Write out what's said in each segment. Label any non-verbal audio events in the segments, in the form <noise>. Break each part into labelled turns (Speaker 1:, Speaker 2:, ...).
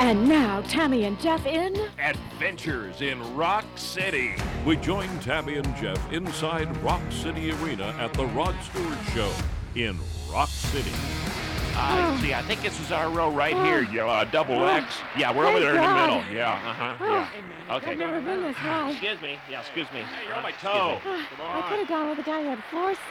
Speaker 1: And now, Tammy and Jeff in.
Speaker 2: Adventures in Rock City.
Speaker 3: We join Tabby and Jeff inside Rock City Arena at the Rod Stewart Show in Rock City.
Speaker 2: I see. I think this is our row right
Speaker 1: <gasps>
Speaker 2: here. Yeah, uh, double
Speaker 1: Oh.
Speaker 2: X. Yeah, we're over
Speaker 1: Thank
Speaker 2: there in the
Speaker 1: God.
Speaker 2: middle. Yeah. Uh-huh.
Speaker 1: Oh,
Speaker 2: Yeah.
Speaker 1: I've
Speaker 2: Okay.
Speaker 1: never been this high.
Speaker 2: Excuse me. Yeah, excuse me. Hey, you're on my toe.
Speaker 1: Ah,
Speaker 2: Come
Speaker 1: I could
Speaker 2: on.
Speaker 1: have gone with a guy who had four seats.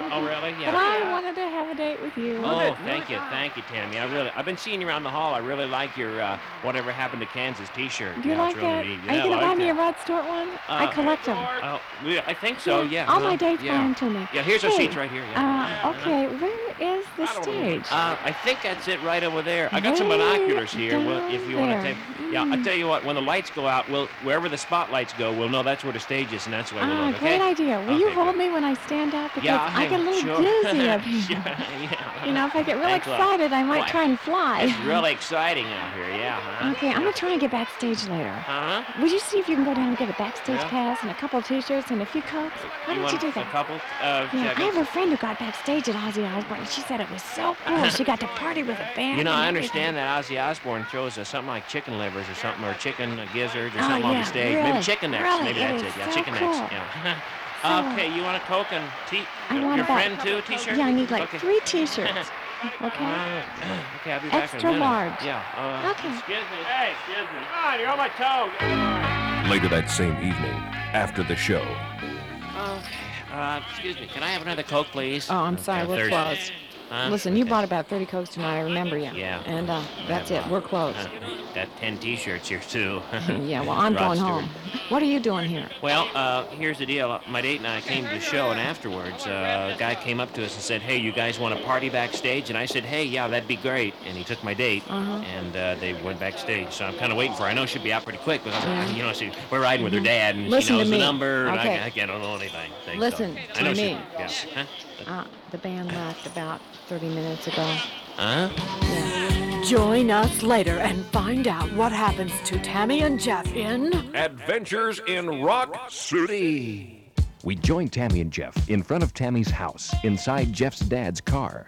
Speaker 2: Come on. Oh, really?
Speaker 1: But
Speaker 2: Yeah.
Speaker 1: I wanted to have a date with you.
Speaker 2: Oh, thank you, thank you, Tammy. I really, I've been seeing you around the hall. I really like your uh, "Whatever Happened to Kansas" T-shirt.
Speaker 1: Do you
Speaker 2: yeah,
Speaker 1: like
Speaker 2: it's really
Speaker 1: that?
Speaker 2: neat.
Speaker 1: Are you
Speaker 2: Yeah, I
Speaker 1: going to buy
Speaker 2: like
Speaker 1: me a
Speaker 2: that.
Speaker 1: Rod Stewart one? I
Speaker 2: Uh,
Speaker 1: collect them.
Speaker 2: Oh, yeah, I think so. Yeah. huh?
Speaker 1: All my dates
Speaker 2: yeah.
Speaker 1: belong to me.
Speaker 2: Yeah, here's our
Speaker 1: Hey,
Speaker 2: seats right here. Yeah.
Speaker 1: Uh, okay, where is the
Speaker 2: I don't know.
Speaker 1: stage?
Speaker 2: Uh, I think that's it right over there. I got some
Speaker 1: Way
Speaker 2: binoculars here. Well, if you want
Speaker 1: down
Speaker 2: to take, yeah, I
Speaker 1: there.
Speaker 2: tell you what. When the lights go out, we'll wherever the spotlights go, we'll know that's where the stage is, and that's where we'll
Speaker 1: Ah,
Speaker 2: look.
Speaker 1: great
Speaker 2: okay?
Speaker 1: idea. Will you
Speaker 2: Okay,
Speaker 1: hold
Speaker 2: good.
Speaker 1: me when I stand up? Because
Speaker 2: Yeah,
Speaker 1: I get a little
Speaker 2: sure. <laughs>
Speaker 1: dizzy up here.
Speaker 2: Yeah, yeah.
Speaker 1: You know, if I get real
Speaker 2: Thanks a lot.
Speaker 1: excited, I might
Speaker 2: Boy,
Speaker 1: try and fly. <laughs>
Speaker 2: It's really exciting out here. Yeah. Huh? Uh-huh.
Speaker 1: Okay, I'm gonna try and get backstage later.
Speaker 2: Huh?
Speaker 1: Would you see if you can go down and get a backstage
Speaker 2: Yeah.
Speaker 1: pass and a couple of t-shirts and a few coats? Why don't
Speaker 2: want
Speaker 1: you do
Speaker 2: A
Speaker 1: that?
Speaker 2: couple? Uh,
Speaker 1: Yeah,
Speaker 2: yeah,
Speaker 1: I have a friend who got backstage at Ozzy Osbourne, and she said it
Speaker 2: <laughs>
Speaker 1: was so cool. She got to party with a band.
Speaker 2: You know,
Speaker 1: and
Speaker 2: I
Speaker 1: everything.
Speaker 2: understand that Ozzy Osbourne throws uh, something like chicken livers or something, or chicken uh, gizzards or
Speaker 1: Oh,
Speaker 2: something on
Speaker 1: yeah,
Speaker 2: the stage.
Speaker 1: really,
Speaker 2: Maybe chicken necks.
Speaker 1: really,
Speaker 2: Maybe
Speaker 1: it
Speaker 2: that's
Speaker 1: is
Speaker 2: it. Yeah,
Speaker 1: so
Speaker 2: chicken
Speaker 1: cool.
Speaker 2: necks. Yeah. <laughs>
Speaker 1: So-
Speaker 2: okay, you want a Coke and tea?
Speaker 1: I
Speaker 2: your
Speaker 1: want
Speaker 2: your
Speaker 1: about-
Speaker 2: friend too, t-shirt?
Speaker 1: Yeah, I need like
Speaker 2: okay.
Speaker 1: three
Speaker 2: <laughs>
Speaker 1: t-shirts.
Speaker 2: All
Speaker 1: Okay.
Speaker 2: right. <clears throat> okay, I'll be back
Speaker 1: Extra
Speaker 2: in a minute.
Speaker 1: large.
Speaker 2: Yeah. Uh,
Speaker 1: Okay.
Speaker 2: Excuse me. Hey, excuse me. Come on, you're on my toe.
Speaker 3: Later that same evening, after the show,
Speaker 2: Uh, excuse me. Can I have another Coke, please?
Speaker 4: Oh, I'm sorry, we're closed.
Speaker 2: Huh?
Speaker 4: Listen, you
Speaker 2: Uh, Okay.
Speaker 4: bought about 30 Cokes tonight, I remember you.
Speaker 2: Yeah.
Speaker 4: And uh, that's it,
Speaker 2: Wow.
Speaker 4: we're closed.
Speaker 2: Uh, got 10 t-shirts here, too.
Speaker 4: <laughs>
Speaker 2: <laughs>
Speaker 4: yeah, well, I'm
Speaker 2: Rod
Speaker 4: going
Speaker 2: Stewart.
Speaker 4: home. What are you doing here?
Speaker 2: Well, uh, here's the deal. My date and I came to the show, and afterwards, uh, a guy came up to us and said, "Hey, you guys want to party backstage?" And I said, "Hey, yeah, that'd be great." And he took my date,
Speaker 4: Uh-huh.
Speaker 2: and uh, they went backstage. So I'm kind of waiting for. her. I know she'd be out pretty quick, but
Speaker 4: Yeah. Mm-hmm.
Speaker 2: you know, she, we're riding with her dad, and
Speaker 4: Listen
Speaker 2: she
Speaker 4: to
Speaker 2: knows the
Speaker 4: me.
Speaker 2: number. and I-
Speaker 4: Okay.
Speaker 2: I, I don't know anything. Think so.
Speaker 4: Listen
Speaker 2: I
Speaker 4: to
Speaker 2: know She,
Speaker 4: me.
Speaker 2: yeah.
Speaker 4: Uh, the band left about 30 minutes ago.
Speaker 2: Huh? Huh?
Speaker 4: Yeah.
Speaker 1: Join us later and find out what happens to Tammy and Jeff in.
Speaker 3: Adventures in Rock City.
Speaker 5: We join Tammy and Jeff in front of Tammy's house, inside Jeff's dad's car.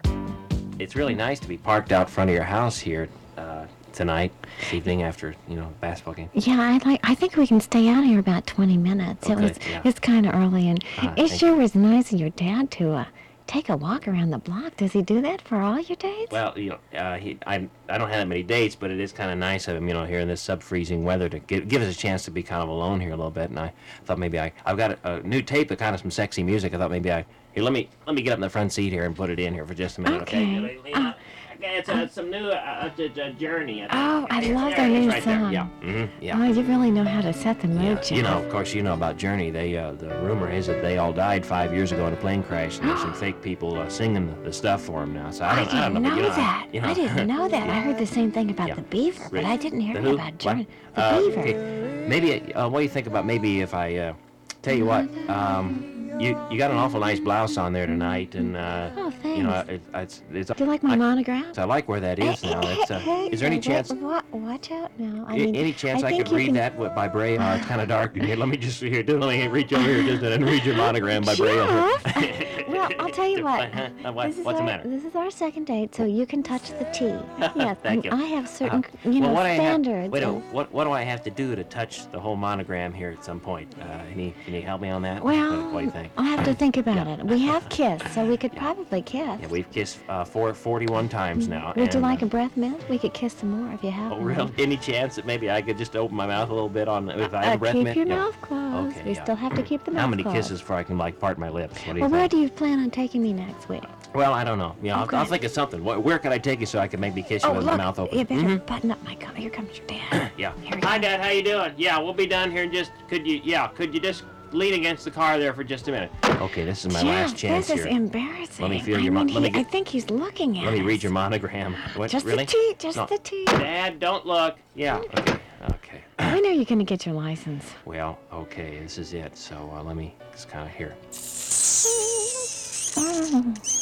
Speaker 2: It's really nice to be parked out front of your house here uh, tonight, this evening after you know basketball game.
Speaker 6: Yeah, I like. I think we can stay out here about twenty minutes. it
Speaker 2: Okay,
Speaker 6: was.
Speaker 2: yeah.
Speaker 6: It's kind of early, and
Speaker 2: Ah,
Speaker 6: it
Speaker 2: thank you.
Speaker 6: sure was nice of your dad to uh, take a walk around the block. Does he do that for all your dates?
Speaker 2: Well, you know, uh, he, I, I don't have that many dates, but it is kind of nice of him, you know, here in this sub-freezing weather to give, give us a chance to be kind of alone here a little bit. And I thought maybe I, I've got a, a new tape of kind of some sexy music. I thought maybe I, here, let me, let me get up in the front seat here and put it in here for just a minute. Okay.
Speaker 6: Okay.
Speaker 2: Yeah, it's uh, some new uh, uh, uh, journey. I think.
Speaker 6: Oh, I love
Speaker 2: There
Speaker 6: their
Speaker 2: it is,
Speaker 6: new
Speaker 2: right there.
Speaker 6: song.
Speaker 2: Yeah. mhm, yeah.
Speaker 6: Oh, you really know how to set the mood,
Speaker 2: Yeah,
Speaker 6: Jeff.
Speaker 2: you know, of course, you know about Journey. They, uh, the rumor is that they all died five years ago in a plane crash, and
Speaker 6: <gasps>
Speaker 2: there's some fake people uh, singing the, the stuff for them now. So I
Speaker 6: I
Speaker 2: don't,
Speaker 6: didn't
Speaker 2: don't know,
Speaker 6: know,
Speaker 2: but, you know, I-
Speaker 6: that.
Speaker 2: you know,
Speaker 6: I didn't know that. I heard the same thing about
Speaker 2: Yeah.
Speaker 6: the beaver, but
Speaker 2: Really?
Speaker 6: I didn't hear
Speaker 2: The
Speaker 6: it
Speaker 2: who?
Speaker 6: about
Speaker 2: What?
Speaker 6: Jordan. The
Speaker 2: Uh,
Speaker 6: beaver.
Speaker 2: okay. Maybe. Uh, what do you think about maybe if I uh, tell you what? Um, you you got an awful nice blouse on there tonight, and uh,
Speaker 6: Oh,
Speaker 2: you know
Speaker 6: thanks.
Speaker 2: it, it's it's.
Speaker 6: Do you like my
Speaker 2: I,
Speaker 6: monograph?
Speaker 2: I like where that is now. It's, uh,
Speaker 6: Hey,
Speaker 2: is there any
Speaker 6: hey,
Speaker 2: chance?
Speaker 6: wa- wa- watch out now. I
Speaker 2: a-
Speaker 6: mean,
Speaker 2: any chance I,
Speaker 6: think
Speaker 2: could
Speaker 6: you
Speaker 2: read
Speaker 6: can-
Speaker 2: that with, by braille? Uh, it's kind of dark in here. Let me just here. Let me reach over here just and read your monogram by braille. <laughs>
Speaker 6: Jeff? well, I'll tell you what.
Speaker 2: Uh, what-
Speaker 6: This is
Speaker 2: what's the
Speaker 6: our,
Speaker 2: matter?
Speaker 6: This is our second date, so you can touch the T.
Speaker 2: <laughs>
Speaker 6: Yes, and
Speaker 2: Thank you.
Speaker 6: I have certain,
Speaker 2: Uh,
Speaker 6: you know,
Speaker 2: well, what I have-
Speaker 6: standards.
Speaker 2: wait, a-
Speaker 6: and-
Speaker 2: what what do I have to do to touch the whole monogram here at some point? Uh, any any help me on that?
Speaker 6: well,
Speaker 2: what, what do you think?
Speaker 6: I'll have
Speaker 2: <clears throat>
Speaker 6: to think about
Speaker 2: Yeah.
Speaker 6: it. We have kissed, so we could probably kiss.
Speaker 2: Yeah, we've kissed uh, four, 41 times now.
Speaker 6: Would you
Speaker 2: and,
Speaker 6: like
Speaker 2: uh,
Speaker 6: a breath mint? We could kiss some more if you have.
Speaker 2: Oh,
Speaker 6: one. <laughs>
Speaker 2: really? Any chance that maybe I could just open my mouth a little bit on if I have
Speaker 6: Uh,
Speaker 2: a breath
Speaker 6: keep
Speaker 2: mint?
Speaker 6: your
Speaker 2: Yeah.
Speaker 6: mouth closed.
Speaker 2: Okay,
Speaker 6: we
Speaker 2: yeah.
Speaker 6: still have to keep the mouth
Speaker 2: <clears throat> How many
Speaker 6: closed.
Speaker 2: kisses before I can like part my lips? What do you
Speaker 6: Well, where
Speaker 2: think?
Speaker 6: do you plan on taking me next week?
Speaker 2: Well, I don't know. Yeah, I'll, I'll
Speaker 6: Okay.
Speaker 2: think of something. Where, where could I take you so I could maybe kiss you
Speaker 6: Oh,
Speaker 2: with
Speaker 6: look,
Speaker 2: my mouth open? Mm-hmm.
Speaker 6: you better button up my collar. Here comes your
Speaker 2: <clears throat>
Speaker 6: dad.
Speaker 2: Yeah.
Speaker 6: Here we
Speaker 2: Hi, Dad. How you doing? Yeah, we'll be down here in just. Could you? Yeah. Could you just lean against the car there for just a minute? Okay, this is my last
Speaker 6: Jeff,
Speaker 2: chance
Speaker 6: this
Speaker 2: here.
Speaker 6: is embarrassing.
Speaker 2: Let me feel
Speaker 6: I
Speaker 2: your mo-
Speaker 6: mean,
Speaker 2: let me
Speaker 6: he-
Speaker 2: get-
Speaker 6: I think he's looking at
Speaker 2: Let me read
Speaker 6: us.
Speaker 2: your monogram. What?
Speaker 6: Just
Speaker 2: really?
Speaker 6: the T, just
Speaker 2: No.
Speaker 6: the T.
Speaker 2: Dad, don't look. Yeah. Okay. Okay.
Speaker 6: When are you going to get your license?
Speaker 2: Well, okay. This is it. So uh, let me just kind of here.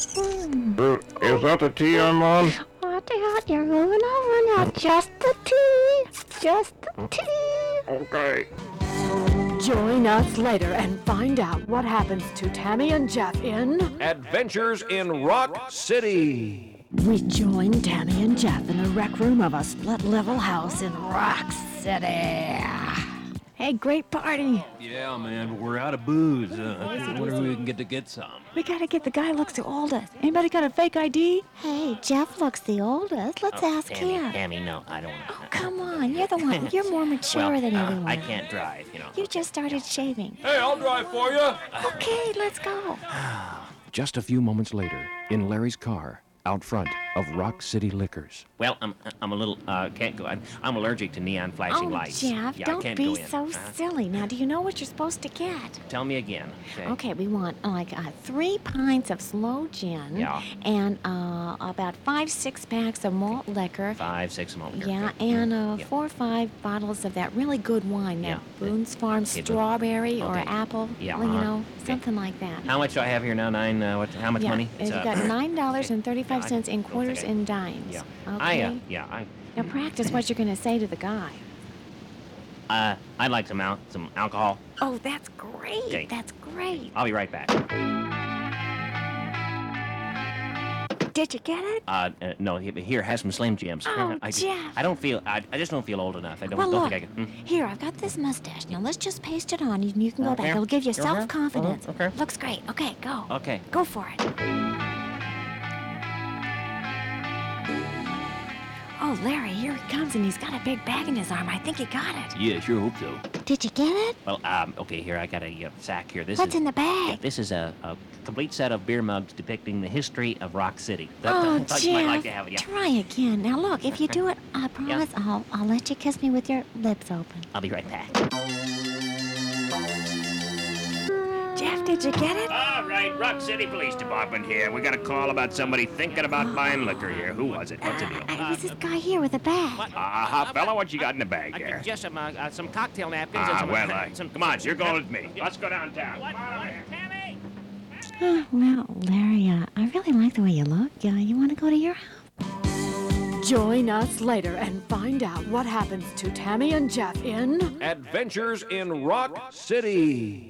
Speaker 7: Is that the tea I'm on?
Speaker 6: Watch out, you're moving over
Speaker 2: Mm.
Speaker 6: now. Just the T, just the T.
Speaker 7: Okay.
Speaker 1: Join us later and find out what happens to Tammy and Jeff in.
Speaker 3: Adventures in Rock City.
Speaker 1: We join Tammy and Jeff in the rec room of a split level house in Rock City.
Speaker 6: Hey, great party.
Speaker 8: Yeah, man, but we're out of booze. Uh, I wonder if we can get to get some.
Speaker 6: We gotta get the guy who looks the oldest. Anybody got a fake ID? Hey, Jeff looks the oldest. Let's ask
Speaker 2: Tammy, <laughs>
Speaker 6: him.
Speaker 2: Tammy, no, I don't want to.
Speaker 6: Oh, come on. You're the one. You're more mature than
Speaker 2: uh,
Speaker 6: everyone.
Speaker 2: I can't drive, you know.
Speaker 6: You just started shaving.
Speaker 9: Hey, I'll drive for you.
Speaker 6: Okay, let's go.
Speaker 5: Just a few moments later, in Larry's car, out front of Rock City Liquors.
Speaker 2: Well, I'm, I'm a little, uh, can't go. I'm, I'm allergic to neon flashing
Speaker 6: oh,
Speaker 2: lights.
Speaker 6: Jeff,
Speaker 2: yeah, I
Speaker 6: don't
Speaker 2: can't
Speaker 6: be
Speaker 2: go in.
Speaker 6: so
Speaker 2: Uh,
Speaker 6: silly. Now, do you know what you're supposed to get?
Speaker 2: tell me again. Okay.
Speaker 6: Okay, we want uh, like uh, three pints of sloe gin
Speaker 2: Yeah.
Speaker 6: and uh, about five six packs of malt liquor.
Speaker 2: Five, Mm, six, a moment.
Speaker 6: Yeah, and uh, four or five bottles of that really good wine, that
Speaker 2: Yeah.
Speaker 6: Boone's Farm
Speaker 2: Okay, but-
Speaker 6: strawberry or
Speaker 2: okay.
Speaker 6: apple,
Speaker 2: Yeah,
Speaker 6: well, you
Speaker 2: uh-huh.
Speaker 6: know,
Speaker 2: Okay.
Speaker 6: something like that.
Speaker 2: How much do I have here now? Nine, uh, what, how much
Speaker 6: yeah.
Speaker 2: money?
Speaker 6: and
Speaker 2: It's,
Speaker 6: you
Speaker 2: uh,
Speaker 6: got nine dollars and
Speaker 2: yeah, I
Speaker 6: thirty-five cents in
Speaker 2: don't think
Speaker 6: quarters
Speaker 2: I-
Speaker 6: and dimes.
Speaker 2: Yeah.
Speaker 6: Okay.
Speaker 2: I, uh, yeah, I,
Speaker 6: Now practice what you're gonna say to the guy.
Speaker 2: uh, I'd like some, al- some alcohol.
Speaker 6: Oh, that's great.
Speaker 2: Okay.
Speaker 6: That's great.
Speaker 2: I'll be right back.
Speaker 6: Did you get it?
Speaker 2: Uh, uh, no, he- here, have some Slim Jims. Here,
Speaker 6: Oh,
Speaker 2: I, ju-
Speaker 6: Jeff.
Speaker 2: I don't feel, I, I just don't feel old enough. I don't,
Speaker 6: well,
Speaker 2: don't
Speaker 6: look.
Speaker 2: think I can. mm.
Speaker 6: Here, I've got this mustache. Now let's just paste it on, and you can go
Speaker 2: Okay.
Speaker 6: back. It'll give you
Speaker 2: Okay.
Speaker 6: self-confidence.
Speaker 2: Uh-huh. Okay.
Speaker 6: Looks great. Okay, go.
Speaker 2: Okay.
Speaker 6: Go for it. Oh, Larry, here he comes, and he's got a big bag in his arm. I think he got it.
Speaker 8: Yeah, sure hope so.
Speaker 6: Did you get it?
Speaker 2: hmm? Well, um, okay, here, I got a uh, sack here. This
Speaker 6: What's
Speaker 2: is,
Speaker 6: in the
Speaker 2: Yeah,
Speaker 6: bag?
Speaker 2: this is a, a complete set of beer mugs depicting the history of Rock City. That-
Speaker 6: Oh,
Speaker 2: that-
Speaker 6: Jeff,
Speaker 2: you might like to have it, yeah.
Speaker 6: try again. Now, look, if you do it,
Speaker 2: <laughs>
Speaker 6: I promise I'll, I'll let you kiss me with your lips open.
Speaker 2: I'll be right back.
Speaker 6: Jeff, did you get it?
Speaker 2: All right, Rock City Police Department here. We got a call about somebody thinking about buying liquor here. Who was it? What's the deal?
Speaker 6: Uh, it was this guy here with a bag.
Speaker 4: <gasps>
Speaker 2: Uh, fella, what you got in the bag
Speaker 8: there?
Speaker 2: Just some, uh, uh, some cocktail napkins. and
Speaker 8: Ah,
Speaker 2: some, <laughs>
Speaker 8: well, I-
Speaker 2: some, come on, you're going with me. Let's go downtown.
Speaker 6: Oh, well, Larry, uh, I really like the way you look. Uh, you want to go to your house?
Speaker 1: Join us later and find out what happens to Tammy and Jeff in.
Speaker 5: Adventures in Rock City.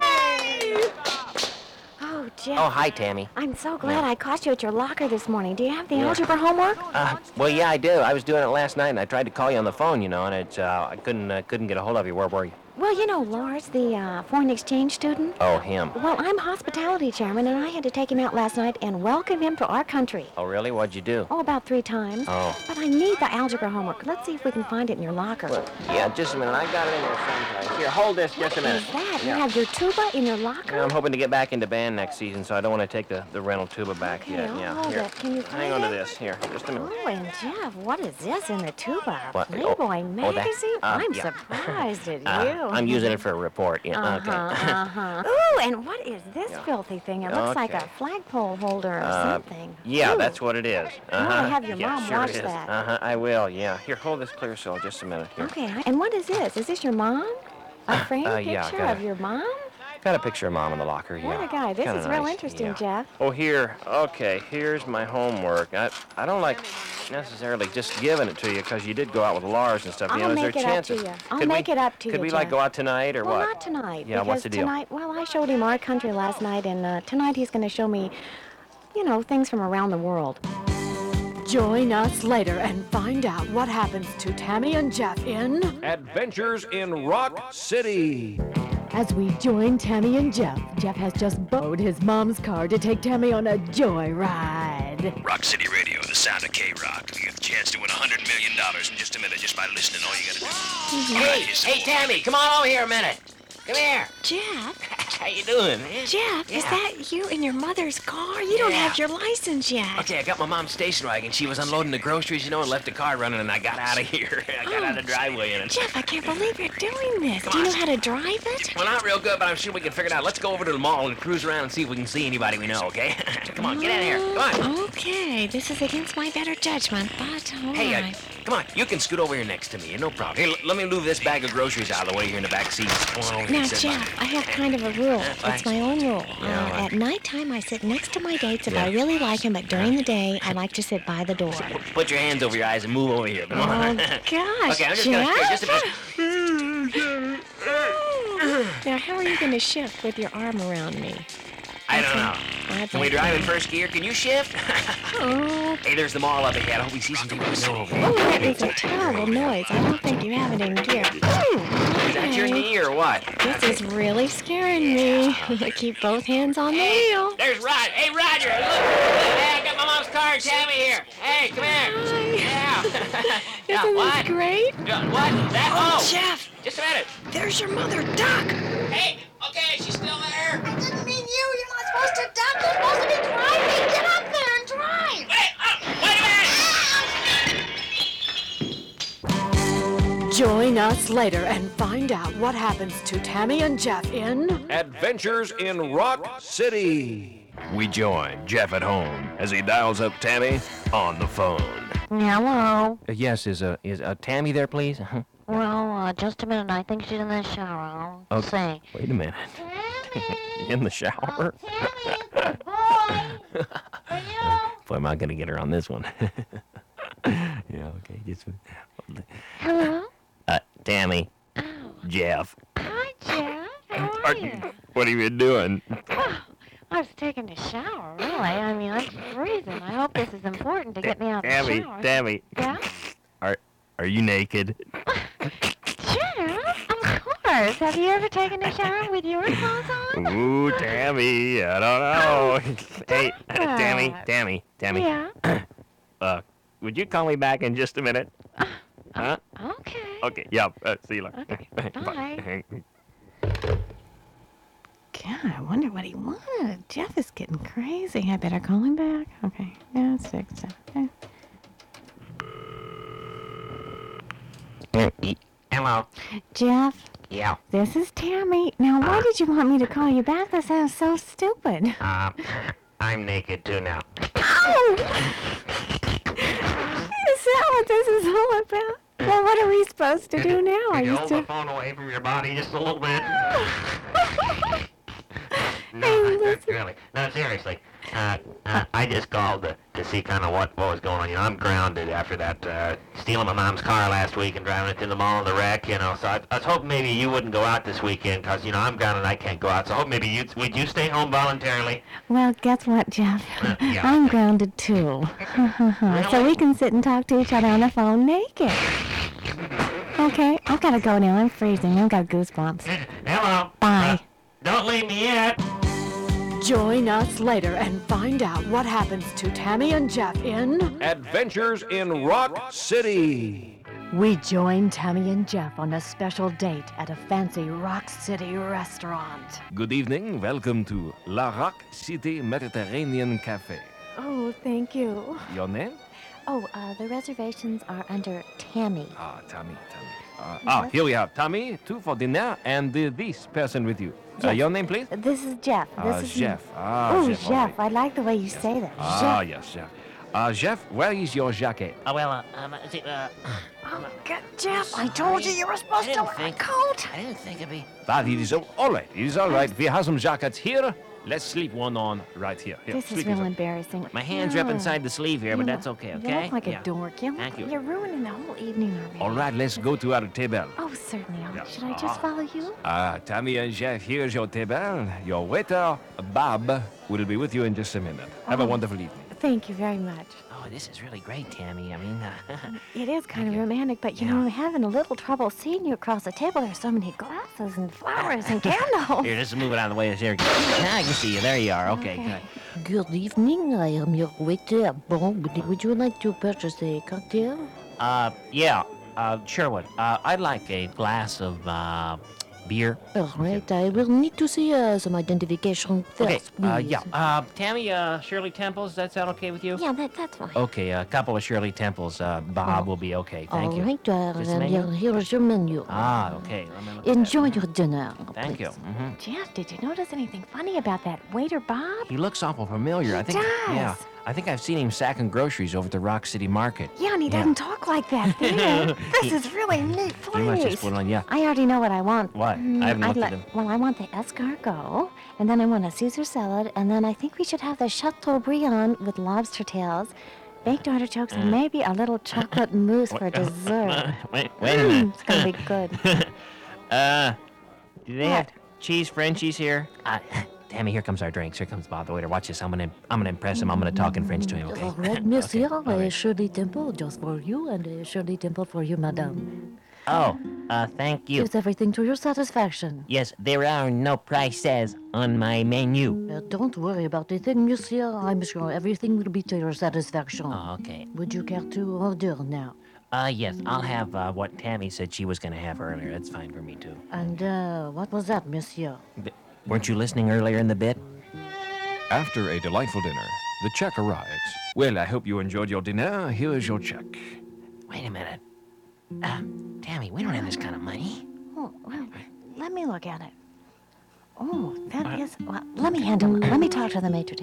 Speaker 6: Oh, Jeff.
Speaker 2: Oh, hi, Tammy.
Speaker 6: I'm so glad I caught you at your locker this morning. Do you have the algebra homework?
Speaker 2: Uh, well, yeah, I do. I was doing it last night, and I tried to call you on the phone, you know, and it's, uh, I couldn't uh, couldn't get a hold of you. Where were you?
Speaker 6: Well, you know Lars, the uh, foreign exchange student.
Speaker 2: Oh, him.
Speaker 6: Well, I'm hospitality chairman, and I had to take him out last night and welcome him to our country.
Speaker 2: Oh, really? What'd you do?
Speaker 6: Oh, about three times.
Speaker 2: Oh.
Speaker 6: But I need the algebra homework. Let's see if we can find it in your locker. What
Speaker 2: Yeah, just a minute. I got it in there someplace. Here, hold this just a
Speaker 6: is
Speaker 2: minute.
Speaker 6: that? You
Speaker 2: Yeah. Um,
Speaker 6: have your tuba in your
Speaker 2: Yeah,
Speaker 6: locker?
Speaker 2: I'm hoping to get back into band next season, so I don't want to take the, the rental tuba back
Speaker 6: Okay,
Speaker 2: yet.
Speaker 6: I'll
Speaker 2: Yeah,
Speaker 6: hold
Speaker 2: here.
Speaker 6: it. Can you
Speaker 2: Hang
Speaker 6: find
Speaker 2: on to
Speaker 6: it?
Speaker 2: this. Here, just a minute.
Speaker 6: Oh, and Jeff, what is this in the tuba? A
Speaker 2: What? Oh,
Speaker 6: Playboy
Speaker 2: oh, that-
Speaker 6: magazine?
Speaker 2: uh,
Speaker 6: I'm
Speaker 2: yeah. <laughs>
Speaker 6: surprised at
Speaker 2: Uh,
Speaker 6: you.
Speaker 2: I'm using it for a report. Yeah,
Speaker 6: Uh-huh,
Speaker 2: okay. <laughs>
Speaker 6: uh-huh. Ooh, and what is this
Speaker 2: Yeah.
Speaker 6: filthy thing? It looks like a
Speaker 2: Okay.
Speaker 6: flagpole holder or
Speaker 2: Uh,
Speaker 6: something.
Speaker 2: yeah,
Speaker 6: Ooh.
Speaker 2: that's what it is.
Speaker 6: wanna
Speaker 2: Uh-huh.
Speaker 6: have your
Speaker 2: yeah,
Speaker 6: mom
Speaker 2: sure
Speaker 6: watch
Speaker 2: is.
Speaker 6: that.
Speaker 2: Uh-huh, I will, yeah. Here, hold this clear cell just a minute. Here.
Speaker 6: Okay, and what is this? Is this your mom? A framed
Speaker 2: <laughs> uh, yeah, I
Speaker 6: picture
Speaker 2: got
Speaker 6: of
Speaker 2: it.
Speaker 6: your mom?
Speaker 2: Got a picture of mom in the locker.
Speaker 6: What
Speaker 2: Yeah.
Speaker 6: a guy. This
Speaker 2: Kinda
Speaker 6: is real
Speaker 2: nice,
Speaker 6: interesting,
Speaker 2: yeah.
Speaker 6: Jeff.
Speaker 2: Oh, here. Okay, here's my homework. I, I don't like necessarily just giving it to you because you did go out with Lars and stuff. you
Speaker 6: I'll
Speaker 2: know, is there
Speaker 6: make it up to
Speaker 2: chances?
Speaker 6: you. I'll
Speaker 2: could
Speaker 6: make
Speaker 2: we,
Speaker 6: it up to
Speaker 2: Could
Speaker 6: you,
Speaker 2: we like
Speaker 6: Jeff.
Speaker 2: go out tonight or
Speaker 6: Well,
Speaker 2: what?
Speaker 6: not tonight.
Speaker 2: Yeah,
Speaker 6: because
Speaker 2: what's the deal?
Speaker 6: tonight, well, I showed him our country last night, and uh, tonight he's going to show me, you know, things from around the world.
Speaker 1: Join us later and find out what happens to Tammy and Jeff in.
Speaker 5: Adventures in Rock City.
Speaker 1: As we join Tammy and Jeff, Jeff has just borrowed his mom's car to take Tammy on a joyride.
Speaker 10: Rock City Radio, the sound of K Rock. You get a chance to win $100 million in just a minute just by listening. All you gotta do. All right, here's some
Speaker 2: Hey, Tammy, come on over here a minute. Come here.
Speaker 6: Jeff,
Speaker 2: How you doing, man?
Speaker 6: Jeff, is
Speaker 2: Yeah.
Speaker 6: that you in your mother's car? You don't have your license yet.
Speaker 2: Okay, I got my mom's station wagon. She was unloading the groceries, you know, and left the car running, and I got out of here. <laughs> I got out of the driveway in it.
Speaker 6: Jeff, I can't believe you're doing this. Do you know how to drive it?
Speaker 2: Well, not real good, but I'm sure we can figure it out. Let's go over to the mall and cruise around and see if we can see anybody we know, okay? <laughs> come on, get out of here.
Speaker 6: Oh
Speaker 2: Come on.
Speaker 6: Okay, this is against my better judgment, but all
Speaker 2: Hey, uh,
Speaker 6: right.
Speaker 2: come on. You can scoot over here next to me. No problem. Here, l- let me move this bag of groceries out of the way here in the back seat. Come on over here
Speaker 6: Now,
Speaker 2: and sit by me.
Speaker 6: Jeff, I have kind of a rule. It's
Speaker 2: thanks.
Speaker 6: my own rule.
Speaker 2: Yeah,
Speaker 6: uh,
Speaker 2: I-
Speaker 6: at nighttime, I sit next to my dates if I really like them, but during the day,
Speaker 2: <laughs>
Speaker 6: I like to sit by the door. Oh,
Speaker 2: Put your hands over your eyes and move over here. Come on.
Speaker 6: Gosh,
Speaker 2: <laughs> okay, I'm just gonna
Speaker 6: Jeff.
Speaker 2: just a minute.
Speaker 6: now, how are you going to shift with your arm around me?
Speaker 2: I
Speaker 11: I don't know.
Speaker 6: Glad
Speaker 11: Can we
Speaker 6: that's-
Speaker 11: drive in first gear? Can you shift?
Speaker 2: <laughs>
Speaker 11: hey, there's the mall up ahead. I hope we see some people we know. over.
Speaker 6: Oh, that is a terrible noise. I don't think you have it in gear. Oh,
Speaker 11: Is that your
Speaker 6: okay.
Speaker 11: knee or what?
Speaker 6: This is really scaring me. <laughs> I keep both hands on the wheel.
Speaker 11: There's Rod. Hey, Roger, look. Hey, I got my mom's car. Tammy here. Hey, come here.
Speaker 6: Hi.
Speaker 11: Yeah. <laughs> yeah,
Speaker 6: Isn't this
Speaker 11: what?
Speaker 6: great?
Speaker 11: Yeah, What? That? Oh,
Speaker 6: Jeff,
Speaker 11: just a minute.
Speaker 6: there's your mother, Doc.
Speaker 11: Hey, okay, she's still there.
Speaker 12: I didn't mean you. You're not supposed to duck. You're supposed to be driving. Get up there and drive.
Speaker 11: Wait, oh, wait a minute.
Speaker 1: Join us later and find out what happens to Tammy and Jeff in.
Speaker 13: Adventures in Rock City. We join Jeff at home as he dials up Tammy on the phone.
Speaker 12: Hello.
Speaker 2: Uh, yes, is uh, is uh, Tammy there, please? <laughs>
Speaker 12: Well, uh, just a minute. I think she's in the shower. I'll
Speaker 2: Okay. Wait a minute. <laughs> In the shower?
Speaker 12: Tammy, boy, are you?
Speaker 2: Boy, am I gonna get her on this one. <laughs> yeah. Okay. Just.
Speaker 12: <laughs> Hello.
Speaker 2: Uh, Tammy. Jeff.
Speaker 12: Hi, Jeff. Oh. How are you? Oh,
Speaker 2: What have you been doing?
Speaker 12: I was taking a shower, really. I mean, I'm freezing. I hope this is important to get me out of the
Speaker 2: Tammy.
Speaker 12: shower.
Speaker 2: Tammy.
Speaker 12: Yeah?
Speaker 2: Are are you naked?
Speaker 12: Jeff, of course. Have you ever taken a shower with your clothes on?
Speaker 2: Ooh, Tammy. I don't know.
Speaker 4: Oh,
Speaker 2: <laughs> hey, uh, Tammy. Tammy. Tammy.
Speaker 12: Yeah.
Speaker 2: Uh, would you call me back in just a minute?
Speaker 4: Uh,
Speaker 2: Huh?
Speaker 12: Okay.
Speaker 2: Okay. Yeah. Uh, see you later. <laughs>
Speaker 12: Okay, bye.
Speaker 4: God, I wonder what he wanted. Jeff is getting crazy. I better call him back. Okay, yeah, it's six. seven, Okay.
Speaker 2: Hello.
Speaker 4: Jeff,
Speaker 2: Yeah.
Speaker 4: this is Tammy. Now, why did you want me to call you back? That sounds
Speaker 6: <laughs>
Speaker 4: so stupid.
Speaker 2: Uh, I'm naked too now.
Speaker 4: Oh! is that what this is all about? Well, what are we supposed to <laughs> do now? Are you
Speaker 11: <laughs>
Speaker 4: still?
Speaker 2: phone away from your body just a little bit?
Speaker 4: Hey,
Speaker 2: I-
Speaker 4: <laughs> listen.
Speaker 2: really. No, seriously. Uh, uh, I just called to, to see kind of what, what was going on. You know, I'm grounded after that uh, stealing my mom's car last week and driving it to the mall in the wreck. You know, so I, I was hoping maybe you wouldn't go out this weekend 'cause you know I'm grounded. I can't go out. So I hope maybe you would you stay home voluntarily. Uh,
Speaker 4: Well, guess what, Jeff?
Speaker 2: yeah.
Speaker 4: <laughs> I'm grounded too. <laughs> so we can sit and talk to each other on the phone naked. Okay, I gotta go now. I'm freezing. I've got goosebumps.
Speaker 2: <laughs> Hello. Uh,
Speaker 4: Bye.
Speaker 2: Don't leave me yet.
Speaker 1: Join us later and find out what happens to Tammy and Jeff in.
Speaker 13: Adventures in Rock City.
Speaker 1: We join Tammy and Jeff on a special date at a fancy Rock City restaurant.
Speaker 5: Good evening. Welcome to La Rock City Mediterranean Cafe.
Speaker 6: Oh, thank you.
Speaker 5: Your name?
Speaker 6: Oh, uh, the reservations are under Tammy.
Speaker 5: Ah, Tommy. Tommy. Uh, ah, here we have Tommy, two for dinner, and uh, this person with you. Uh,
Speaker 6: Yes.
Speaker 5: your name, please?
Speaker 6: This is Jeff. This
Speaker 5: Ah,
Speaker 6: is
Speaker 5: Jeff. Ah,
Speaker 6: Oh,
Speaker 5: Jeff.
Speaker 6: Jeff,
Speaker 5: all right.
Speaker 6: I like the way you say that.
Speaker 5: Ah, yes, Jeff. Ah, Jeff, where is your jacket?
Speaker 12: Oh, well, uh, um, is it, uh,
Speaker 6: Oh, God, Jeff, I told you you were supposed to wear a coat.
Speaker 12: I didn't think it'd be.
Speaker 5: But it is all, all right. It is all right. We have some jackets here. Let's slip one on right here. Here,
Speaker 6: This is
Speaker 5: slip
Speaker 6: real
Speaker 5: one.
Speaker 6: embarrassing.
Speaker 11: My hands are up
Speaker 6: Yeah.
Speaker 11: inside the sleeve here, but that's okay, okay?
Speaker 6: You look like
Speaker 11: Yeah.
Speaker 6: a dork. You
Speaker 11: Thank
Speaker 6: look,
Speaker 11: you.
Speaker 6: You're ruining the whole evening already.
Speaker 5: All right, let's go to our table.
Speaker 6: Oh, certainly. Oh,
Speaker 5: Yeah.
Speaker 6: Should I just follow you?
Speaker 5: Ah, Tammy and Jeff, here's your table. Your waiter, Bob, will be with you in just a minute. Have a wonderful evening.
Speaker 6: Thank you very much.
Speaker 11: Oh, this is really great, Tammy. I mean, uh, <laughs>
Speaker 6: It is kind of romantic, but you know, I'm having a little trouble seeing you across the table. There's so many glasses and flowers
Speaker 11: <laughs>
Speaker 6: and candles.
Speaker 11: here, just move it out of the way. There, now I can see you. There you are. Okay, good.
Speaker 12: Good evening. I am your waiter at Bong. Would you like to purchase a cocktail?
Speaker 11: Uh, yeah, uh, Sherwood, uh, I'd like a glass of, uh, beer.
Speaker 12: All right. I will need to see uh, some identification
Speaker 11: Okay,
Speaker 12: first.
Speaker 11: uh,
Speaker 12: please.
Speaker 11: yeah, uh, Tammy, uh, Shirley Temples, does that sound okay with you?
Speaker 6: Yeah, that, that's fine.
Speaker 11: Okay, a couple of Shirley Temples, uh, Bob will be okay, thank
Speaker 12: All
Speaker 11: you.
Speaker 12: right, uh,
Speaker 11: Just
Speaker 12: and
Speaker 11: menu?
Speaker 12: here- here's your menu.
Speaker 11: Ah, okay, let me look at that.
Speaker 12: Enjoy your dinner.
Speaker 11: Thank you.
Speaker 12: please.
Speaker 11: hmm
Speaker 6: Jeff, did you notice anything funny about that waiter Bob?
Speaker 2: He looks awful familiar. I think. Yeah.
Speaker 6: does.
Speaker 2: I think I've seen him sacking groceries over at the Rock City Market.
Speaker 6: Yeah, and he doesn't talk like that.
Speaker 11: <laughs>
Speaker 6: there. this is really neat,
Speaker 2: He must just
Speaker 6: please.
Speaker 2: put on. Yeah.
Speaker 6: I already know what I want. Mm,
Speaker 2: What? I haven't
Speaker 6: I'd
Speaker 2: looked at
Speaker 6: li-
Speaker 2: him.
Speaker 6: Well, I want the escargot, and then I want a Caesar salad, and then I think we should have the Chateaubriand with lobster tails, baked artichokes,
Speaker 2: Mm.
Speaker 6: and maybe a little chocolate
Speaker 2: <laughs>
Speaker 6: mousse for dessert.
Speaker 11: <laughs> Wait, wait a minute.
Speaker 6: it's gonna be good.
Speaker 11: Uh, do they
Speaker 14: <laughs>
Speaker 6: What?
Speaker 11: have cheese Frenchies here? Uh,
Speaker 15: Tammy, here comes our drinks. Here comes Bob the waiter. Watch this. I'm gonna, I'm gonna impress him. I'm gonna talk in French to him. Okay.
Speaker 16: All
Speaker 14: <laughs>
Speaker 16: right, monsieur, uh, Shirley Temple just for you, and uh, Shirley Temple for you, madame.
Speaker 14: Oh, uh, thank you.
Speaker 16: Use everything to your satisfaction.
Speaker 14: Yes, there are no prices on my menu.
Speaker 16: Uh, don't worry about the thing, monsieur. I'm sure everything will be to your satisfaction.
Speaker 12: Ah.
Speaker 14: Oh, okay.
Speaker 16: Would you care to order now?
Speaker 14: Uh, yes, I'll have uh, what Tammy said she was gonna have earlier. That's fine for me too.
Speaker 16: And uh, what was that, monsieur?
Speaker 14: But weren't you listening earlier in the bit?
Speaker 17: After a delightful dinner, the check arrives. Well, I hope you enjoyed your dinner. Here is your check.
Speaker 14: Wait a minute. Uh, Tammy, we don't have this kind of money.
Speaker 6: Oh, well, let me look at it. Oh, that is. Well, let me handle it. Let me talk to the maitre d'.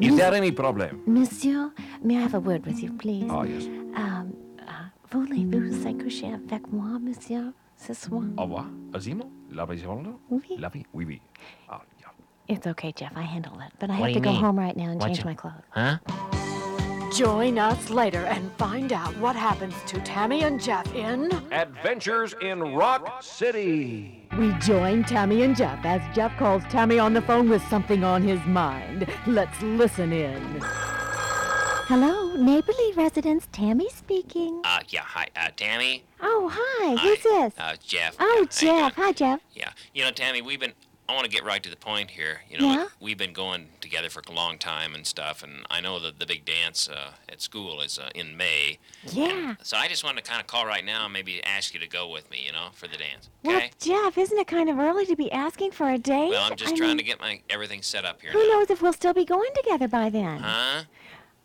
Speaker 17: Is there any
Speaker 4: Mm.
Speaker 17: problem?
Speaker 6: Monsieur, may I have a word with you, please?
Speaker 2: Oh.
Speaker 17: Ah, yes.
Speaker 6: Um, uh, voulez-vous s'accoucher avec moi, monsieur, ce soir?
Speaker 17: Au revoir. Azimo? La Vizoldo?
Speaker 6: Oui.
Speaker 17: La Vi? Oui, oui. Ah, yeah.
Speaker 6: It's okay, Jeff. I handle it. But
Speaker 14: What
Speaker 6: I have
Speaker 14: do
Speaker 6: to
Speaker 14: you
Speaker 6: go
Speaker 14: mean?
Speaker 6: home right now and
Speaker 14: What
Speaker 6: change
Speaker 14: you-
Speaker 6: my clothes.
Speaker 14: Huh?
Speaker 1: Join us later and find out what happens to Tammy and Jeff in.
Speaker 17: Adventures in Rock City.
Speaker 1: We join Tammy and Jeff as Jeff calls Tammy on the phone with something on his mind. Let's listen in.
Speaker 6: Hello, neighborly residents. Tammy speaking.
Speaker 2: Uh, yeah, hi, uh, Tammy.
Speaker 6: Oh, hi. Who's this?
Speaker 2: Uh, Jeff.
Speaker 6: Oh,
Speaker 2: Yeah, hey,
Speaker 6: Jeff. Hi, Jeff.
Speaker 2: Yeah, you know, Tammy, we've been. I want to get right to the point here. You know,
Speaker 6: Yeah?
Speaker 2: we've been going together for a long time and stuff, and I know that the big dance uh, at school is uh, in May.
Speaker 6: Yeah.
Speaker 2: So I just wanted to kind of call right now and maybe ask you to go with me, you know, for the dance.
Speaker 6: Well, Jeff, isn't it kind of early to be asking for a date?
Speaker 2: Well, I'm just
Speaker 6: I
Speaker 2: trying to
Speaker 6: mean,
Speaker 2: get my everything set up here.
Speaker 6: Who knows if we'll still be going together by then?
Speaker 2: Huh?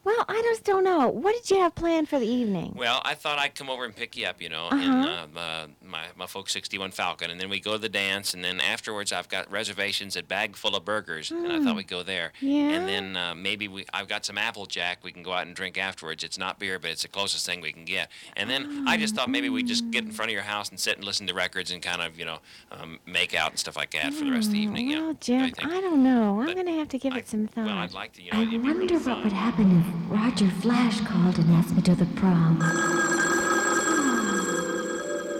Speaker 6: Well, I just don't know. What did you have planned for the evening?
Speaker 2: Well, I thought I'd come over and pick you up, you know,
Speaker 6: Uh-huh.
Speaker 2: in uh, uh, my my folks 61 Falcon, and then we go to the dance, and then afterwards I've got reservations at Bag Full of Burgers, and I thought
Speaker 6: Mm.
Speaker 2: we'd go there.
Speaker 6: Yeah?
Speaker 2: And then uh, maybe we I've got some Applejack we can go out and drink afterwards. It's not beer, but it's the closest thing we can get. And then I just thought maybe we'd just get in front of your house and sit and listen to records and kind of you know um, make out and stuff like that for the rest of the evening. You know.
Speaker 6: Well, Jeff, I don't know. I'm going to have to give it some thought.
Speaker 2: Well, I'd like to you know.
Speaker 4: I wonder what would happen if Roger Flash called and asked me to the prom.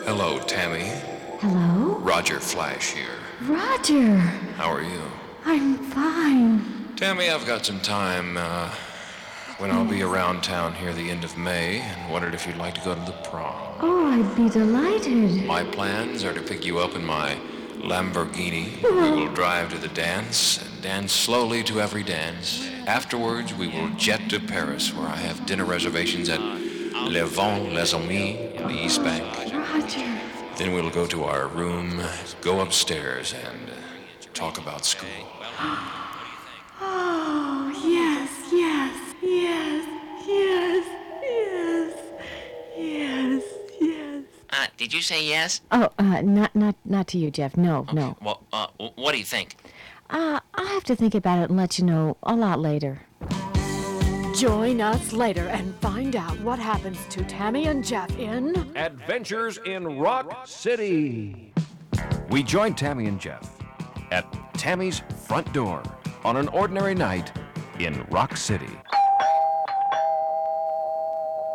Speaker 5: Hello, Tammy.
Speaker 4: Hello?
Speaker 5: Roger Flash here.
Speaker 4: Roger!
Speaker 5: How are you?
Speaker 4: I'm fine.
Speaker 5: Tammy, I've got some time uh, when I'll be around town here the end of May and wondered if you'd like to go to the prom.
Speaker 4: Oh, I'd be delighted.
Speaker 5: My plans are to pick you up in my Lamborghini. We will drive to the dance and dance slowly to every dance. Afterwards, we will jet to Paris where I have dinner reservations at Le Vent Les Amis in the East Bank.
Speaker 4: Roger.
Speaker 5: Then we'll go to our room, go upstairs, and uh, talk about school.
Speaker 4: Oh, yes, yes, yes, yes, yes, yes, yes.
Speaker 14: Uh, did you say yes?
Speaker 18: Oh, uh, not, not, not to you, Jeff. No, no.
Speaker 2: Well, uh, wh- what do you think?
Speaker 18: Uh, I'll have to think about it and let you know a lot later.
Speaker 1: Join us later and find out what happens to Tammy and Jeff in.
Speaker 17: Adventures in Rock City. We join Tammy and Jeff at Tammy's front door on an ordinary night in Rock City.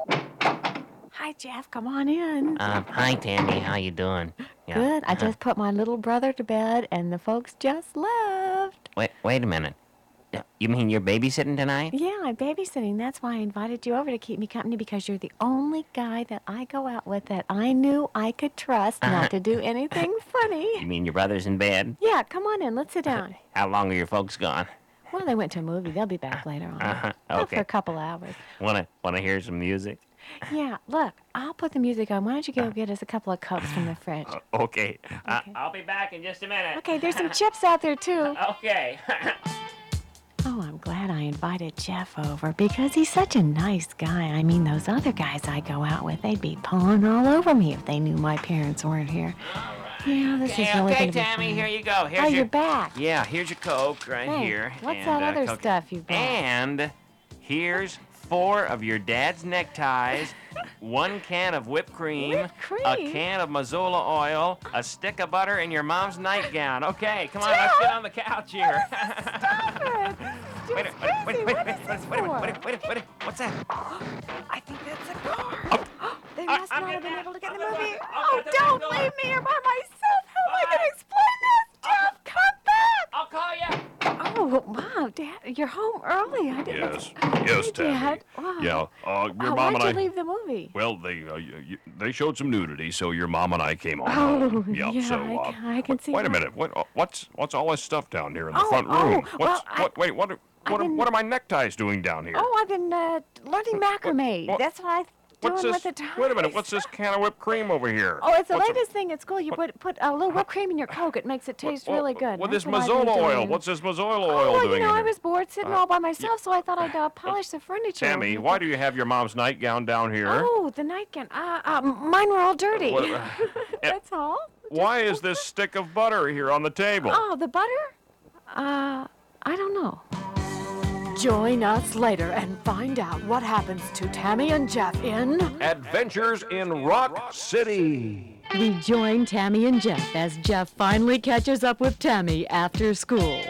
Speaker 6: Hi, Jeff. Come on in.
Speaker 14: Uh, hi, Tammy. How you doing? Yeah.
Speaker 6: Good. I
Speaker 14: uh-huh.
Speaker 6: just put my little brother to bed, and the folks just left.
Speaker 14: Wait, wait a minute. Uh, You mean you're babysitting tonight?
Speaker 6: Yeah, I'm babysitting. That's why I invited you over to keep me company because you're the only guy that I go out with that I knew I could trust not
Speaker 14: <laughs>
Speaker 6: to do anything funny.
Speaker 14: You mean your brother's in bed?
Speaker 6: Yeah, come on in. Let's sit down.
Speaker 14: How long are your folks gone? <laughs>
Speaker 6: Well, they went to a movie. They'll be back later on.
Speaker 14: Uh-huh.
Speaker 6: Not For
Speaker 14: Okay.
Speaker 6: a couple hours.
Speaker 14: Wanna wanna hear some music?
Speaker 6: Yeah, look, I'll put the music on. Why don't you
Speaker 14: Uh.
Speaker 6: go get us a couple of cups from the fridge?
Speaker 14: <laughs> Okay. Uh,
Speaker 2: I'll be back in just a minute.
Speaker 6: Okay, there's some chips out there too.
Speaker 14: <laughs>
Speaker 2: Okay.
Speaker 6: Oh, I'm glad I invited Jeff over because he's such a nice guy. I mean, those other guys I go out with, they'd be pawing all over me if they knew my parents weren't here. Yeah, this is really
Speaker 14: okay,
Speaker 6: gonna be
Speaker 14: Tammy,
Speaker 6: fun.
Speaker 14: here you go. Here's
Speaker 6: oh,
Speaker 14: your-
Speaker 6: you're back.
Speaker 14: yeah, here's your coke right
Speaker 6: Hey,
Speaker 14: here.
Speaker 6: what's
Speaker 14: and,
Speaker 6: that
Speaker 14: uh,
Speaker 6: other
Speaker 14: Coke-
Speaker 6: stuff you brought?
Speaker 14: And here's four of your dad's
Speaker 6: <laughs>
Speaker 14: neckties, one can of whipped cream, a
Speaker 2: cream?
Speaker 14: can of Mazola oil, a stick of butter, and your mom's nightgown. Okay, come on, let's get on the couch here. <laughs> Wait a- wait a- wait a- wait a- wait a- wait a- wait a- wait a- What's that?
Speaker 6: I think that's a car. They must
Speaker 14: Uh,
Speaker 6: not have been able to get in the movie. Oh, don't
Speaker 14: Uh,
Speaker 6: leave me here by myself. How am I going to explain this? Jeff, come back. Oh,
Speaker 2: I'll call you.
Speaker 6: Dad, you're home early. I didn't.
Speaker 17: Yes, yes,
Speaker 6: Hey, Dad.
Speaker 17: Tammy.
Speaker 6: Wow.
Speaker 17: Yeah, uh, your
Speaker 6: Oh, why'd
Speaker 17: mom and I.
Speaker 6: you leave the movie?
Speaker 17: Well, they uh, you, you, they showed some nudity, so your mom and I came on. <laughs>
Speaker 6: Oh,
Speaker 17: home.
Speaker 6: yeah,
Speaker 17: so,
Speaker 6: I
Speaker 17: uh,
Speaker 6: ca- I can
Speaker 17: wait,
Speaker 6: see
Speaker 17: Wait a
Speaker 6: that.
Speaker 17: minute. What? uh, What's what's all this stuff down here in the
Speaker 6: Oh,
Speaker 17: front
Speaker 6: oh,
Speaker 17: room?
Speaker 6: well,
Speaker 17: what's
Speaker 6: I-
Speaker 17: what? Wait, what? Are,
Speaker 6: I
Speaker 17: what, are, what
Speaker 6: didn't-
Speaker 17: are my neckties doing down here?
Speaker 6: Oh, I've been uh, learning macrame.
Speaker 17: what-
Speaker 6: That's what I'm
Speaker 17: what's
Speaker 6: doing
Speaker 17: this?
Speaker 6: with the time.
Speaker 17: wait a minute. What's this can of whipped cream over here?
Speaker 6: Oh, it's the
Speaker 17: What's a-
Speaker 6: latest thing at school. You put put a little whipped cream in your Coke. It makes it taste really good.
Speaker 17: uh, What
Speaker 6: That's
Speaker 17: this
Speaker 6: what I've been
Speaker 17: Mazola oil?
Speaker 6: doing.
Speaker 17: What's this Mazola
Speaker 6: Oh,
Speaker 17: oil
Speaker 6: well,
Speaker 17: doing
Speaker 6: you
Speaker 17: in
Speaker 6: know, I
Speaker 17: here?
Speaker 6: was bored sitting
Speaker 17: Uh,
Speaker 6: all by myself, so I thought I'd uh, polish the furniture.
Speaker 17: Tammy, why do you have your mom's nightgown down here?
Speaker 6: Oh, the nightgown. Uh, uh, m- mine were all dirty. <laughs>
Speaker 17: What- uh,
Speaker 6: That's all.
Speaker 17: Why is this stick of butter here on the table?
Speaker 6: Oh, the butter? Uh, I don't know.
Speaker 1: Join us later and find out what happens to Tammy and Jeff in.
Speaker 19: Adventures in Rock City.
Speaker 1: We join Tammy and Jeff as Jeff finally catches up with Tammy after school.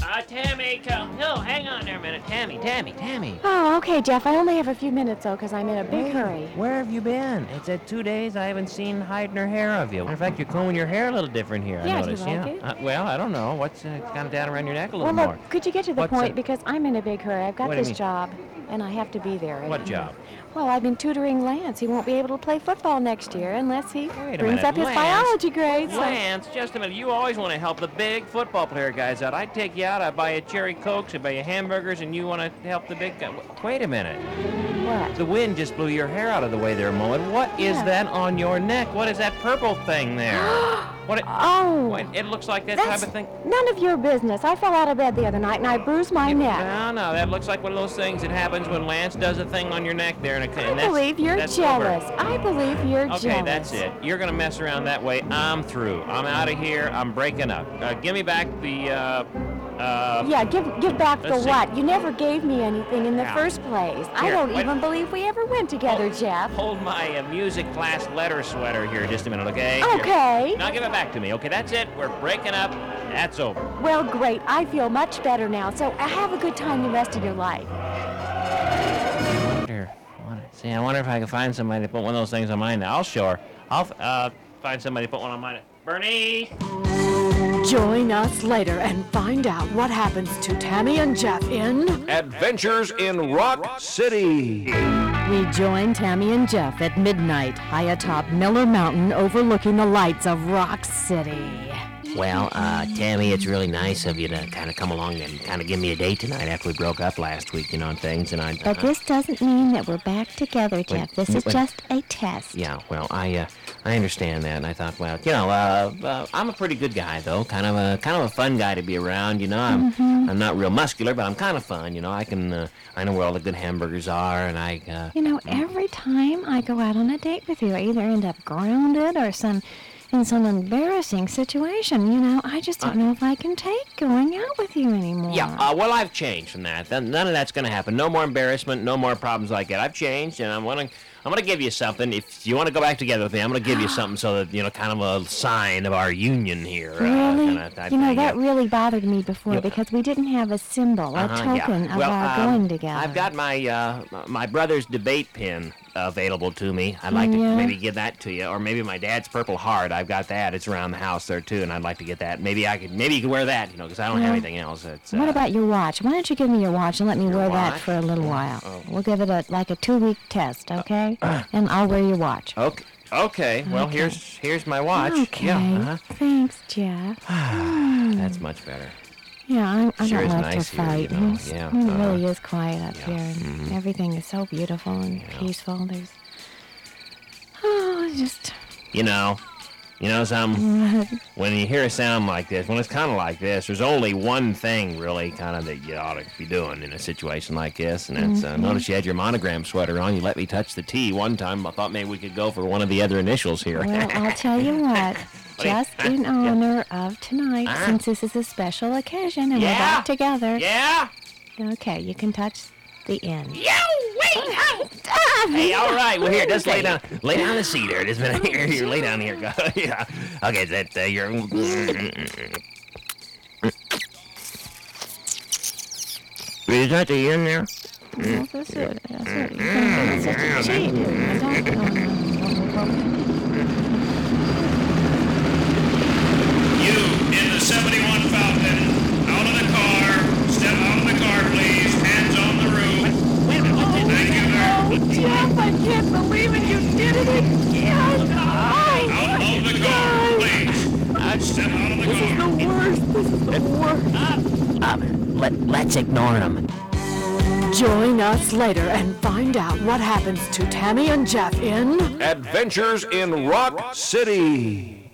Speaker 20: Uh, Tammy, come. No, hang on there a minute. Tammy, Tammy, Tammy.
Speaker 6: Oh, okay, Jeff. I only have a few minutes, though, because I'm in a big hurry.
Speaker 20: Where have you been? It's at two days I haven't seen hide nor hair of you. In fact, you're combing your hair a little different here,
Speaker 6: Yeah,
Speaker 20: I
Speaker 6: do you
Speaker 20: noticed.
Speaker 6: like
Speaker 20: yeah.
Speaker 6: it?
Speaker 20: Uh, well, I don't know. What's uh, it's kind of down around your neck a
Speaker 6: Well,
Speaker 20: little
Speaker 6: look,
Speaker 20: more?
Speaker 6: could you get to the
Speaker 20: Oh, What's
Speaker 6: point?
Speaker 20: that?
Speaker 6: Because I'm in a big hurry. I've got
Speaker 20: What do you
Speaker 6: this
Speaker 20: mean?
Speaker 6: job, and I have to be there. and-
Speaker 20: What job?
Speaker 6: Well, I've been tutoring Lance. He won't be able to play football next year unless he
Speaker 20: Wait a
Speaker 6: brings
Speaker 20: minute,
Speaker 6: up his
Speaker 20: Lance-
Speaker 6: biology grades. so-
Speaker 20: Lance, just a minute. You always want to help the big football player guys out. I take you out, I buy you cherry cokes, I buy you hamburgers, and you want to help the big guy. W- Wait a minute.
Speaker 6: What?
Speaker 20: The wind just blew your hair out of the way there, Mullen. What is
Speaker 6: Yeah.
Speaker 20: that on your neck? What is that purple thing
Speaker 6: <gasps>
Speaker 20: there? what? It,
Speaker 6: oh.
Speaker 20: What, it looks like that
Speaker 6: That's
Speaker 20: type of thing.
Speaker 6: none of your business. I fell out of bed the other night and I bruised my neck.
Speaker 20: No, no, that looks like one of those things that happens when Lance does a thing on your neck there in a
Speaker 6: I
Speaker 20: clinic.
Speaker 6: believe you're jealous. I believe you're jealous.
Speaker 20: Okay, that's it. You're gonna mess around that way. I'm through. I'm out of here. I'm breaking up. Uh, give me back the. Uh, uh,
Speaker 6: Yeah, give give back the
Speaker 20: Let's see.
Speaker 6: what? You never gave me anything in the
Speaker 20: Yeah.
Speaker 6: first place. I
Speaker 20: Here,
Speaker 6: don't
Speaker 20: wait.
Speaker 6: even believe we ever went together, Jeff.
Speaker 20: Hold my uh, music class letter sweater here just a minute, okay? Here.
Speaker 6: Okay.
Speaker 20: Now give it back to me. Okay, that's it. We're breaking up. That's over.
Speaker 6: Well, great. I feel much better now. So uh, have a good time the rest of your life.
Speaker 20: Wonder, wonder, see, I wonder if I can find somebody to put one of those things on mine. I'll show her. I'll f- uh, find somebody to put one on mine. Bernie!
Speaker 1: Join us later and find out what happens to Tammy and Jeff in.
Speaker 19: Adventures in Rock City.
Speaker 1: We join Tammy and Jeff at midnight, high atop Miller Mountain, overlooking the lights of Rock City.
Speaker 2: Well, uh, Tammy, it's really nice of you to kind of come along and kind of give me a date tonight after we broke up last week, you know, and things. And I.
Speaker 4: But this doesn't mean that we're back together, Jeff. This is
Speaker 2: wait.
Speaker 4: just a test.
Speaker 2: Yeah, well, I uh, I understand that, and I thought, well, you know, uh, uh, I'm a pretty good guy though, kind of a kind of a fun guy to be around. You know, I'm
Speaker 4: Mhm.
Speaker 2: I'm not real muscular, but I'm kind of fun. You know, I can uh, I know where all the good hamburgers are, and I. Uh,
Speaker 4: You know, every time I go out on a date with you, I either end up grounded or some in some embarrassing situation. You know, I just don't know if I can take going out with you anymore.
Speaker 2: Yeah, uh, well, I've changed from that. Th- None of that's going to happen. No more embarrassment. No more problems like that. I've changed, and I'm wanting. I'm going to give you something. If you want to go back together with me, I'm going to give you something so that you know, kind of a sign of our union here. uh,
Speaker 4: Really?
Speaker 2: kinda type
Speaker 4: you know,
Speaker 2: thing, yeah.
Speaker 4: that really bothered me before
Speaker 2: Yeah.
Speaker 4: because we didn't have a symbol, a
Speaker 2: Uh-huh, yeah.
Speaker 4: token of
Speaker 2: Well,
Speaker 4: our
Speaker 2: um,
Speaker 4: going together.
Speaker 2: I've got <laughs> my uh, my brother's debate pin available to me. I'd like
Speaker 4: Yeah.
Speaker 2: to maybe give that to you, or maybe my dad's purple heart. I've got that. It's around the house there too, and I'd like to get that. Maybe I could maybe you could wear that, you know, because I don't
Speaker 4: Well,
Speaker 2: have anything else. It's, uh,
Speaker 4: What about your watch? Why don't you give me your watch and let me wear that
Speaker 2: watch?
Speaker 4: for a little while?
Speaker 2: oh.
Speaker 4: We'll give it a like a two-week test, okay? and I'll wear your watch.
Speaker 2: okay. Okay. Well,
Speaker 4: Okay.
Speaker 2: here's here's my watch.
Speaker 4: Okay.
Speaker 2: Yeah. uh-huh.
Speaker 19: Oh.
Speaker 4: Thanks, Jeff. Hmm.
Speaker 2: That's much better.
Speaker 4: Yeah, I'm, I
Speaker 2: Sure
Speaker 4: don't
Speaker 2: is
Speaker 4: like
Speaker 2: nice
Speaker 4: to
Speaker 2: here, you
Speaker 4: fight.
Speaker 2: know,
Speaker 4: It's-
Speaker 2: yeah,
Speaker 4: Mm,
Speaker 2: uh-huh.
Speaker 4: It
Speaker 2: Mm-hmm.
Speaker 4: really is quiet up here. and Everything is so beautiful and peaceful. There's oh, it's just
Speaker 2: You know. You know something? When you hear a sound like this, when it's kind of like this, there's only one thing really kind of that you ought to be doing in a situation like this, and that's uh,
Speaker 21: Mhm.
Speaker 2: notice you had your monogram sweater on. You let me touch the T one time. I thought maybe we could go for one of the other initials here.
Speaker 4: well. I'll tell
Speaker 2: <laughs>
Speaker 4: you what. Just in honor of tonight,
Speaker 2: Huh?
Speaker 4: since this is a special occasion and we're
Speaker 2: Uh-huh. Yeah?
Speaker 4: back together.
Speaker 2: Yeah.
Speaker 4: Okay, you can touch the end.
Speaker 2: Yeah, wait.
Speaker 4: <laughs>
Speaker 2: hey, all right. Well, here, just lay down, lay down on the seat here. Just a minute here, here, lay down here. Go. <laughs> yeah. Okay, that uh, your. mm, Is that the end there?
Speaker 4: That's it. That's it. You can-
Speaker 2: Mm-hmm.
Speaker 4: That's it. You cheated. I don't know.
Speaker 22: You in the 71 Falcon, out of the car, step out
Speaker 23: Step out of the car.
Speaker 24: the worst. This is the worst.
Speaker 1: Up. Let, let's ignore him. Join us later and find out what happens to Tammy and Jeff in.
Speaker 5: Adventures in Rock City.